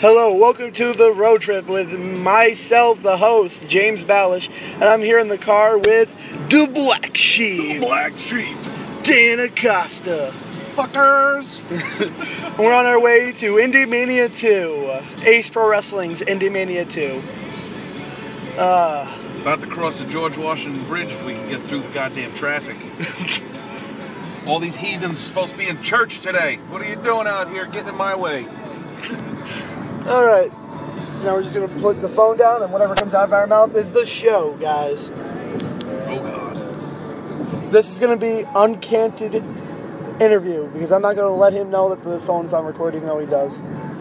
Hello, welcome to the road trip with myself, the host, James Balish, and I'm here in the car with the Black Sheep, Black sheep. Dan Acosta. Fuckers. And we're on our way to Indie Mania 2, Ace Pro Wrestling's Indie Mania 2. Uh, About to cross the George Washington Bridge if we can get through the goddamn traffic. All these heathens are supposed to be in church today. What are you doing out here getting in my way? alright, now we're just gonna put the phone down, and whatever comes out of our mouth is the show, guys. Oh god. This is gonna be uncanted interview because I'm not gonna let him know that the phone's on record, even though he does.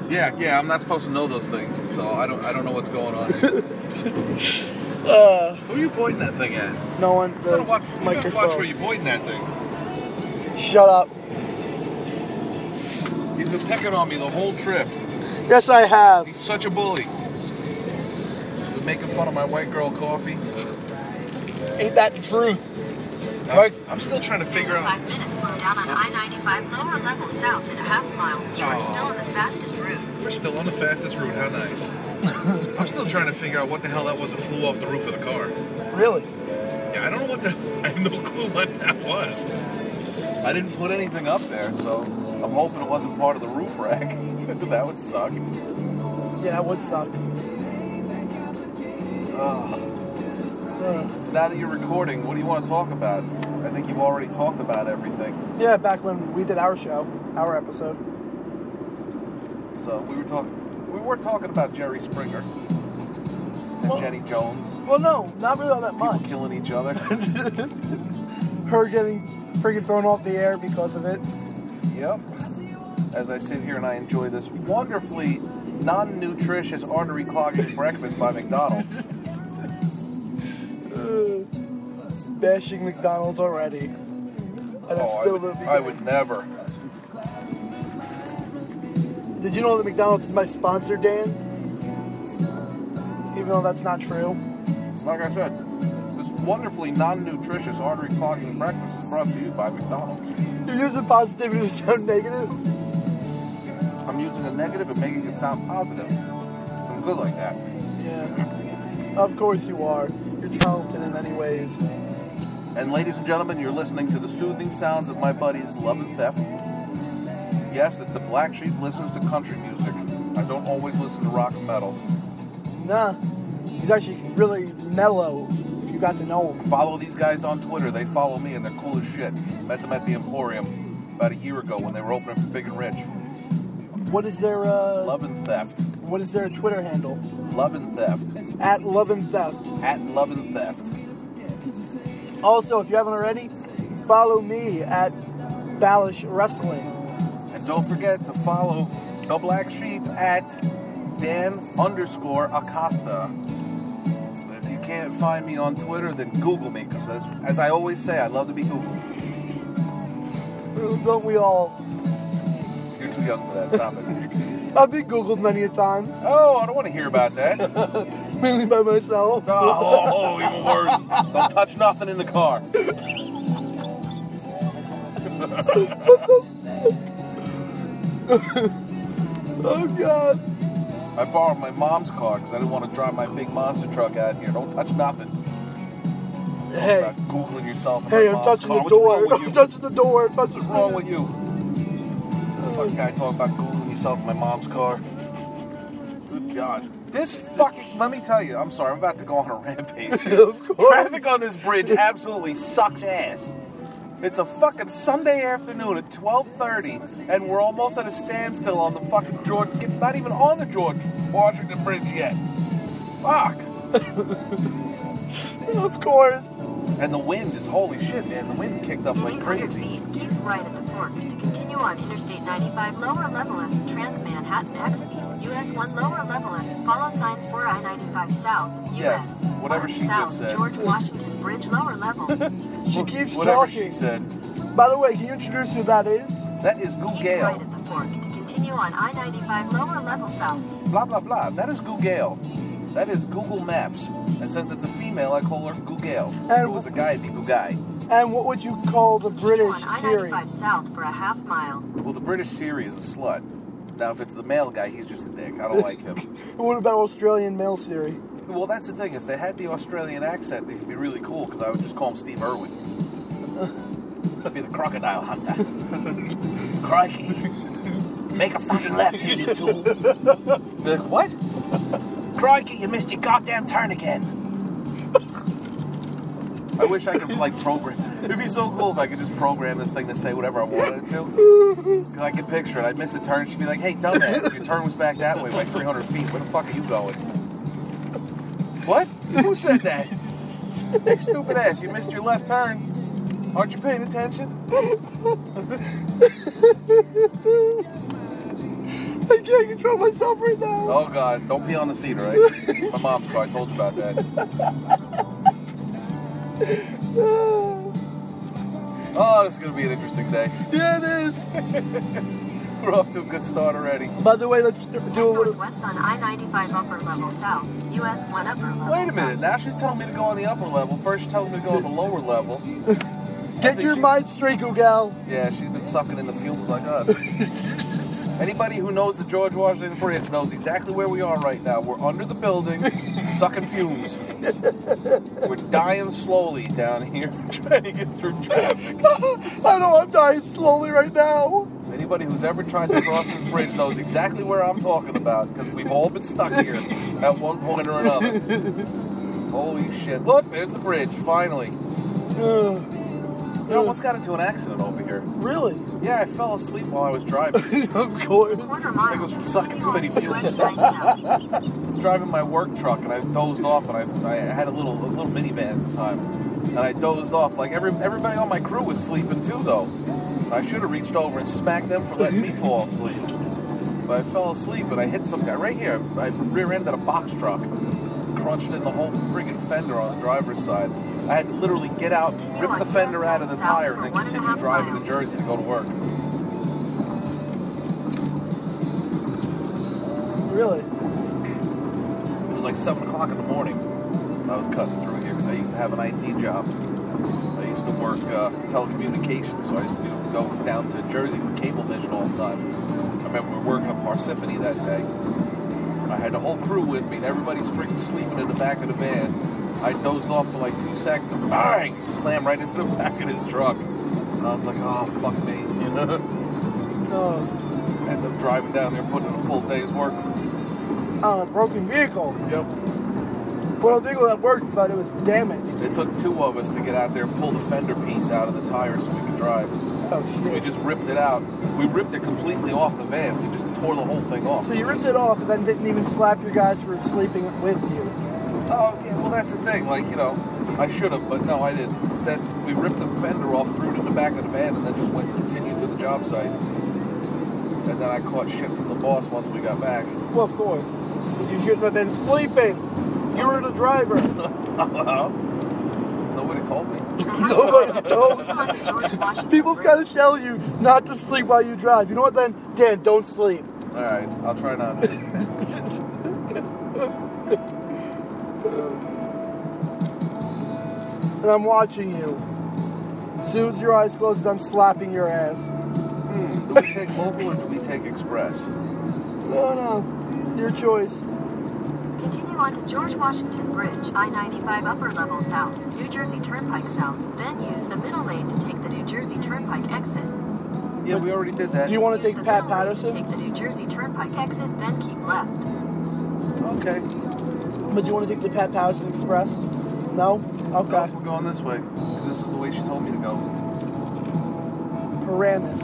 Yeah, yeah, I'm not supposed to know those things, so I don't I don't know what's going on. Who Uh, are you pointing that thing at? no one. You The gotta watch, you gotta microphone. watch where you're pointing that thing. Shut up. He's been picking on me the whole trip. Yes, I have. He's such a bully. He's been making fun of my white girl coffee. Ain't that the truth? I'm, Right. I'm still trying to figure out. Five minutes slow down on I-95 lower level south at a half mile. You Oh. are still on the fastest route. We're still on the fastest route. How nice. I'm still trying to figure out what the hell that was that flew off the roof of the car. Really? Yeah, I don't know what the. I have no clue what that was. I didn't put anything up there, so I'm hoping it wasn't part of the roof rack. that would suck. Yeah, that would suck. Uh, So now that you're recording, what do you want to talk about? I think you've already talked about everything. yeah, back when we did our show, our episode. So we were talking. We were talking about Jerry Springer and Well- Jenny Jones. Well, no, not really all that People much. killing each other. Her getting freaking thrown off the air because of it. Yep. As I sit here and I enjoy this wonderfully non-nutritious artery clogging breakfast by McDonald's. Uh, bashing McDonald's already. And it's Oh, I still would- the I would never. Did you know that McDonald's is my sponsor, Dan? Even though that's not true. Like I said, this wonderfully non-nutritious artery clogging breakfast is brought to you by McDonald's. You're using positivity to sound negative? I'm using a negative and making it sound positive. I'm good like that. Yeah. Of course you are. You're talented in many ways. And ladies and gentlemen, you're listening to the soothing sounds of my buddies Love and Theft. Yes, that the black sheep listens to country music. I don't always listen to rock and metal. Nah. He's actually really mellow if you got to know him. Follow these guys on Twitter. They follow me and they're cool as shit. Met them at the Emporium about a year ago when they were opening for Big and Rich. What is their uh Love and Theft. what is their Twitter handle? Love and Theft. At Love and Theft. At Love and Theft. Also, if you haven't already, follow me at Balish Wrestling. And don't forget to follow the Black Sheep at Dan underscore Acosta. If you can't find me on Twitter, then Google me, because as, as I always say, I love to be Googled. Don't we all? You're too young for that. Stop it. I've been Googled many a times, oh, I don't want to hear about that. mainly by myself. Oh, even worse. Don't touch nothing in the car. Oh god. I borrowed my mom's car because I didn't want to drive my big monster truck out here. Don't touch nothing. Hey, About Googling yourself. in my hey, I'm mom's touching car. the What's door. Wrong I'm with you? touching the door. I'm touching What's wrong with you? Fucking guy talking about Googling yourself in my mom's car. Good God. This fucking. Let me tell you, I'm sorry, I'm about to go on a rampage. Of course. Traffic on this bridge absolutely sucks ass. It's a fucking Sunday afternoon at 12:30, and we're almost at a standstill on the fucking George. It's not even on the George Washington Bridge yet. Fuck. Of course. And the wind is holy shit, man. The wind kicked up like In 800 crazy. feet, keep right at the fork to continue on Interstate 95 lower level as Trans-Manhattan exit. US 1 lower level as follow signs for I-95 south. US Yes, whatever 1 she south, just said. George Washington Bridge lower level. She keeps Whatever talking. she said. By the way, can you introduce who that is? That is Goo keep right Gale. at the fork to continue on I-95 lower level south. Blah blah blah. That is Goo Gale. That is Google Maps. And since it's a female, I call her Goo Gale. If it was a guy, it'd be Goo Guy. And what would you call the British on I-95 series? south for a half mile. Well, the British Siri is a slut. Now, if it's the male guy, he's just a dick. I don't like him. What about Australian male Siri? Well, that's the thing. If they had the Australian accent, it'd be really cool because I would just call him Steve Irwin. I'd be the crocodile hunter. Crikey. Make a fucking left here, you tool. Be like, what? Crikey, you missed your goddamn turn again. I wish I could, like, program. It'd be so cool if I could just program this thing to say whatever I wanted it to. Because I could picture it. I'd miss a turn. She'd be like, hey, dumbass, your turn was back that way by 300 feet. Where the fuck are you going? What? Who said that? hey, stupid ass, you missed your left turn. Aren't you paying attention? I can't control myself right now. Oh god, don't pee on the seat, all right? My mom's car, I told you about that. Oh, this is gonna be an interesting day. yeah, it is. We're off to a good start already. By the way, let's do a little. Northwest on I-95 upper level south. US 1 upper level. Wait a minute, now she's telling me to go on the upper level. First she's telling me to go on the lower level. Get your she- mind straight, go gal. Yeah, she's been sucking in the fumes like us. Anybody who knows the George Washington Bridge knows exactly where we are right now. We're under the building, sucking fumes. We're dying slowly down here, trying to get through traffic. I know I'm dying slowly right now. Anybody who's ever tried to cross this bridge knows exactly where I'm talking about because we've all been stuck here at one point or another. Holy shit. Look, there's the bridge, finally. Ugh, You know, once got into an accident over here. really? Yeah, I fell asleep while I was driving. of course. Quarter mile. It goes from sucking too many fumes. US 9 south. I was driving my work truck and I dozed off and I, I had a little a little minivan at the time. And I dozed off. Like every everybody on my crew was sleeping too though. I should have reached over and smacked them for letting me fall asleep. But I fell asleep and I hit some guy right here. I rear-ended a box truck. Crunched in the whole friggin' fender on the driver's side. I had to literally get out, rip the fender out of the tire, and then continue driving to Jersey to go to work. Really? It was like seven o'clock in the morning. I was cutting through here because I used to have an IT job. I used to work uh, telecommunications, so I used to do- go down to Jersey for Cablevision all the time. I remember we were working at Parsippany that day. I had the whole crew with me, and everybody's freaking sleeping in the back of the van. I dozed off for like two seconds, and bang, slam right into the back of his truck. And I was like, oh fuck me, you know. No. End up driving down there, putting in a full day's work. On a broken vehicle. Yep. Well, the vehicle that worked, but it was damaged. It took two of us to get out there and pull the fender piece out of the tire so we could drive. Oh, So we shit. just ripped it out. We ripped it completely off the van. We just tore the whole thing off. So you ripped it off and then didn't even slap your guys for sleeping with you. Oh, yeah, well, that's the thing. Like, you know, I should have, but no, I didn't. Instead, we ripped the fender off, threw it in the back of the van, and then just went and continued to the job site. And then I caught shit from the boss once we got back. Well, of course. 'Cause You shouldn't have been sleeping. You were the driver. Nobody told me. Nobody told you. George Washington People Bridge. gotta tell you not to sleep while you drive. You know what then? Dan, don't sleep. All right, I'll try not to. And I'm watching you. Soon as your eyes closes, I'm slapping your ass. do we take local or do we take express? No, no. Your choice. Continue on to George Washington Bridge, I-95 upper level south, New Jersey Turnpike south, then use the middle lane to take the New Jersey Turnpike exit. Yeah, we already did that. Do you want to Use take the Pat middle lane to Patterson? Take the New Jersey Turnpike exit, then keep left. Okay. But do you want to take the Pat Patterson Express? No? No, Okay. we're going this way. This is the way she told me to go. Paramus.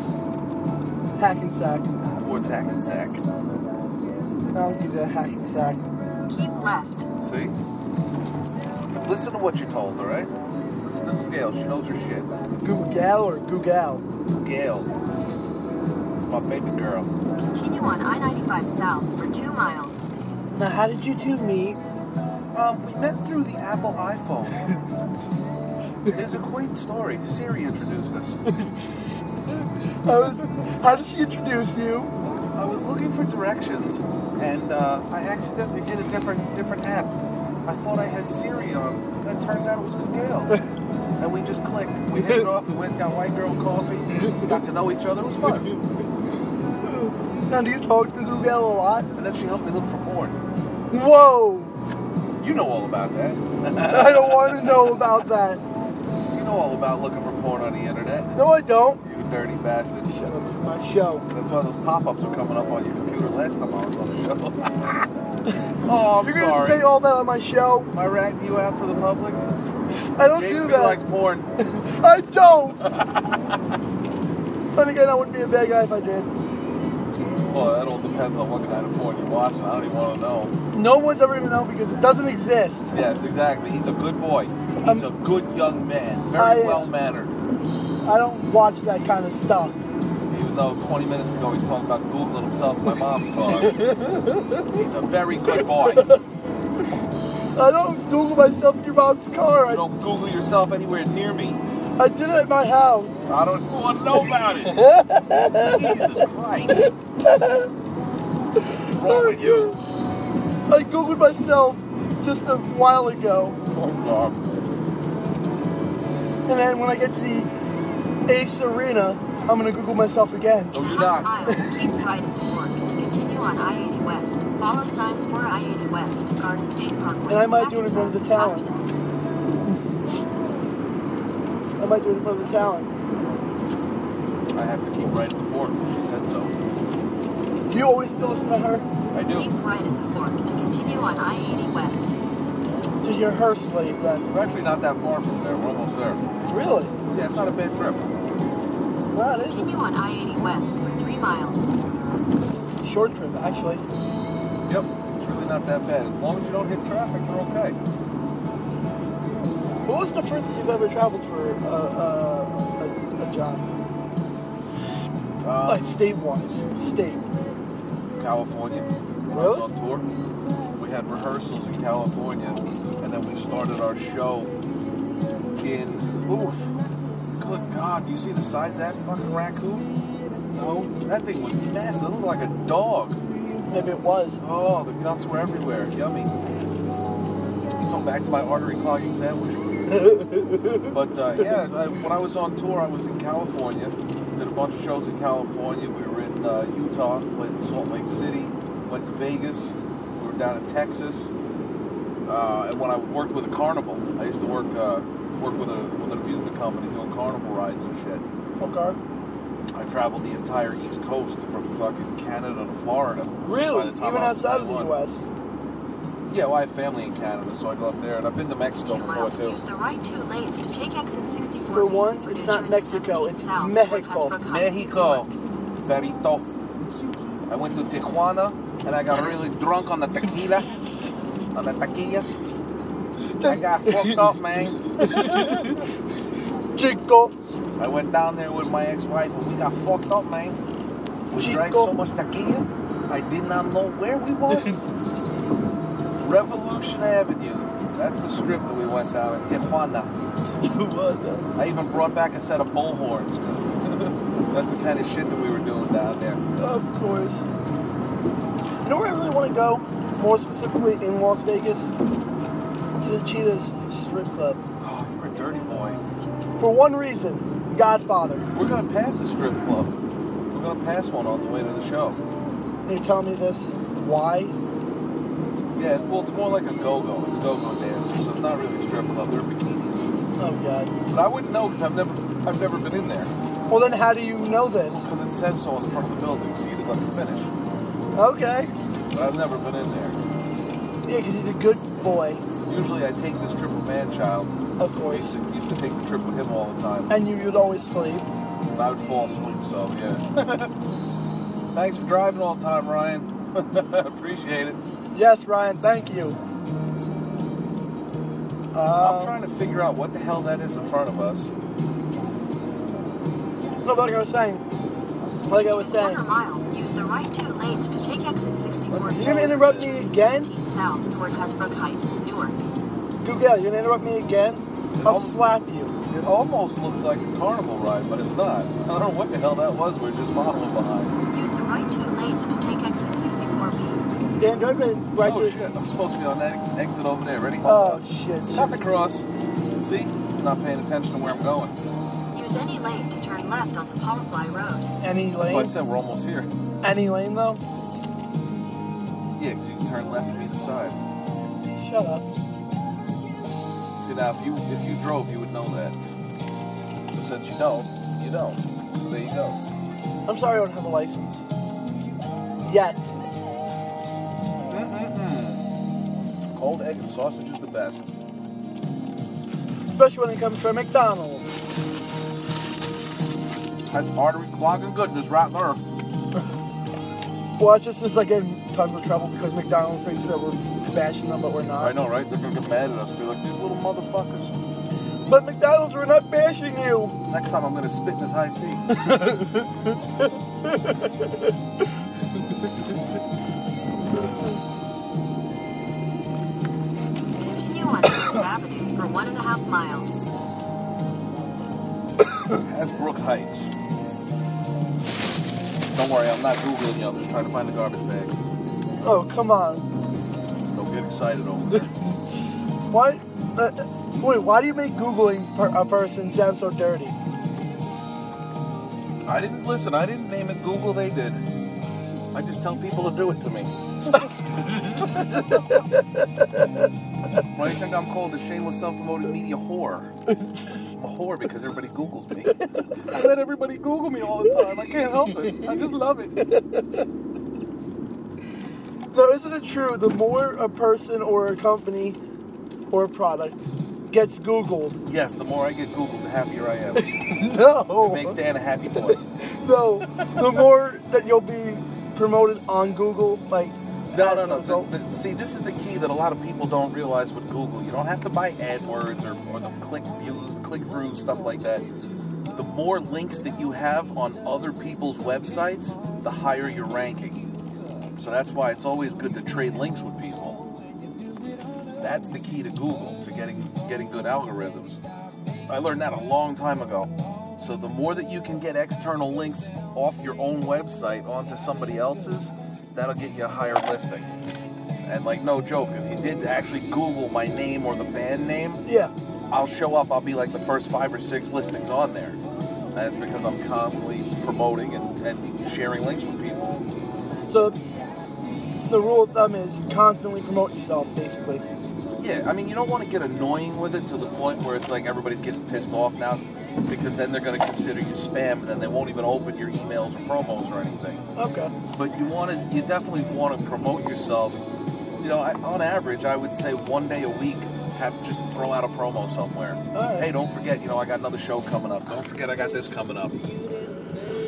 Hackensack. Towards Hackensack. I don't give you a Hackensack. Keep left. See? Listen to what you're told, alright? Listen to Gail. She knows her shit. Googal or Googal? Gail. It's my baby girl. Continue on I-95 south for two miles. Now, how did you two meet? Um, we met through the Apple iPhone. There's a quaint story. Siri introduced us. How, is, how did she introduce you? I was looking for directions, and uh, I accidentally did a different different app. I thought I had Siri on, and it turns out it was Google. and we just clicked. We hit it off. We went and got white girl coffee. Got to know each other. It was fun. Now, do you talk to Google a lot? And then she helped me look for porn. Whoa! You know all about that. I don't want to know about that. You know all about looking for porn on the internet. No, I don't. You dirty bastard. Shut up, it's my show. That's why those pop-ups are coming up on your computer last time I was on the show. oh, I'm You're gonna sorry. say all that on my show? Am I ratting you out to the public? I don't James do B that. likes porn. I don't. then again, I wouldn't be a bad guy if I did. Well, that all depends on what kind of porn you're watching. I don't even want to know. No one's ever gonna know because it doesn't exist. Yes, exactly. He's a good boy. He's Um, a good young man. I Very am. well mannered. I don't watch that kind of stuff. Even though 20 minutes ago he's talking about Googling himself and my mom's dog. he's a very good boy. You I don't Google myself in your mom's car. I, don't Google yourself anywhere near me. I did it at my house. I don't want to know about it. Jesus Christ. What's wrong with you? I Googled myself just a while ago. Oh, And then when I get to the Ace Arena, I'm gonna Google myself again. no, you're Left not. aisle, keep right at the fork. Continue on I-80 West. Follow signs for I-80 West, Garden State Parkway. And I might do it in front of the tower. Opposite. I might do it in front of the talent. I have to keep right at the fork. She said so. Do you always listen to her? I do. Keep right at the fork. Continue on I-80 West. So you're her slave then? We're actually not that far from there. We're almost there. Really? Yeah, it's not a bad trip. No, it isn't. Continue on I-80 West for three miles. Short trip, actually. Yep, it's really not that bad. As long as you don't hit traffic, you're okay. What was the furthest you've ever traveled for uh, uh, a, a job? Uh, Like state-wise. State. California. I was Really? on tour. We had rehearsals in California, and then we started our show in. Oof. Good God, you see the size of that fucking raccoon? No? That thing was massive. It looked like a dog. Maybe it was. Oh, the guts were everywhere. Yummy. So back to my artery clogging sandwich. but uh, yeah, I, when I was on tour, I was in California. Did a bunch of shows in California. We were in uh, Utah, played in Salt Lake City, went to Vegas. We were down in Texas. Uh, and when I worked with a carnival, I used to work uh, work with a with an amusement company doing carnival rides and shit. Okay. I traveled the entire East Coast from fucking Canada to Florida. Really? By the time Even I was outside of the 21. U.S. Yeah, well, I have family in Canada, so I go up there, and I've been to Mexico Two before miles. too. Use the right two lanes to take exit 64. For once, it's not Mexico, it's Mexico. Mexico, Verito. I went to Tijuana, and I got really drunk on the tequila, on the tequila. I got fucked up, man. Chico. I went down there with my ex-wife, and we got fucked up, man. We drank Chico. so much tequila, I did not know where we was. Revolution Avenue. That's the strip that we went down in Tijuana. Chihuahua. I even brought back a set of bullhorns. 'cause That's the kind of shit that we were doing down there. Of course. You know where I really want to go? More specifically, in Las Vegas? To the Cheetahs strip club. Oh, you're a dirty boy. For one reason Godfather. We're gonna pass a strip club. We're gonna pass one on the way to the show. And you're telling me this? Why? Yeah, it's- well, it's more like a go-go. It's go-go dance, so it's not really a strip club. They're bikinis. Oh, God. But I wouldn't know because I've never, I've never been in there. Well, then how do you know this? Because it says so on the front of the building, so you didn't let me finish. Okay. But I've never been in there. Yeah, because he's a good boy, Usually, I take this triple man child. of I used course. to, used to take the trip with him all the time. And you, you'd always sleep. And I would fall asleep, so yeah. Thanks for driving all the time, Ryan. Appreciate it. Yes, Ryan, thank you. I'm Uh, trying to figure out what the hell that is in front of us. so like I was saying, like I was saying, Quarter mile. Use the right two lanes to take exit 64. You're gonna interrupt me again? South toward Hasbrook Heights, Newark. Google, you're gonna interrupt me again? I'll slap you. It almost looks like a carnival ride, but it's not. I don't know what the hell that was. We are just following behind. Use the right two lanes to take exit 64B. Dan, drive me right oh to shit! I'm supposed to be on that ex- exit over there. Ready? Oh shit. Cut across. See? Not paying attention to where I'm going. Use any lane to turn left on the Palmfly Road. Any That's why I lane? said we're almost here. Any lane though? Yeah, 'cause you can turn left from either side. Shut up. See now, if you if you drove, you would know that. But since you don't, you don't. So there you go. I'm sorry I don't have a license. Yet. Mm-mm-mm. Cold egg and sausage is the best. Especially when it comes from McDonald's. That's artery clogging goodness right there. Watch us is like in tons of trouble because McDonald's thinks that we're bashing them, but we're not. I know, right? They're gonna get mad at us. Be like, these little motherfuckers. But McDonald's, we're not bashing you. Next time I'm gonna spit in this high seat. Continue on Third Avenue for one and a half miles. That's Brook Heights. Don't worry, I'm not googling you. I'm just trying to find the garbage bag. Oh come on. Don't get excited over it. Why? Uh, wait. Why do you make googling per- a person sound so dirty? I didn't listen. I didn't name it Google. They did. I just tell people to do it to me. Why do you think I'm called a shameless, self-promoted media whore? I'm a whore because everybody Googles me. I let everybody Google me all the time. I can't help it. I just love it. Now, isn't it true? The more a person or a company or a product gets Googled, Yes, the more I get Googled, the happier I am. It no, makes Dan a happy boy. no, the more that you'll be promoted on Google, like No, as no, a no. result. The, the, see, this is the key that a lot of people don't realize with Google. You don't have to buy AdWords or, or the click views, click throughs, stuff like that. The more links that you have on other people's websites, the higher your ranking. So that's why it's always good to trade links with people. That's the key to Google to getting getting good algorithms. I learned that a long time ago. So the more that you can get external links off your own website onto somebody else's, that'll get you a higher listing. And like no joke, if you did actually Google my name or the band name, yeah, I'll show up. I'll be like the first five or six listings on there. And that's because I'm constantly promoting and, and sharing links with people. so. The rule of thumb is constantly promote yourself, basically. Yeah, I mean, you don't want to get annoying with it to the point where it's like everybody's getting pissed off now because then they're going to consider you spam and then they won't even open your emails or promos or anything. Okay. But you want to, you definitely want to promote yourself. You know, I, on average, I would say one day a week, have just throw out a promo somewhere. right. Hey, don't forget, you know, I got another show coming up. Don't forget, I got this coming up.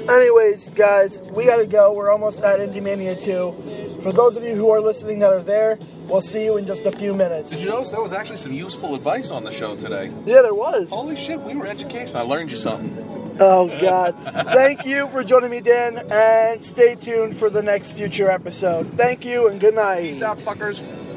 Anyways, guys, we gotta go. We're almost at Indie Mania 2. For those of you who are listening that are there, we'll see you in just a few minutes. Did you notice there was actually some useful advice on the show today? Yeah, there was. Holy shit, we were educational. I learned you something. Oh, God. Thank you for joining me, Dan, and stay tuned for the next future episode. Thank you and good night. Peace out, fuckers.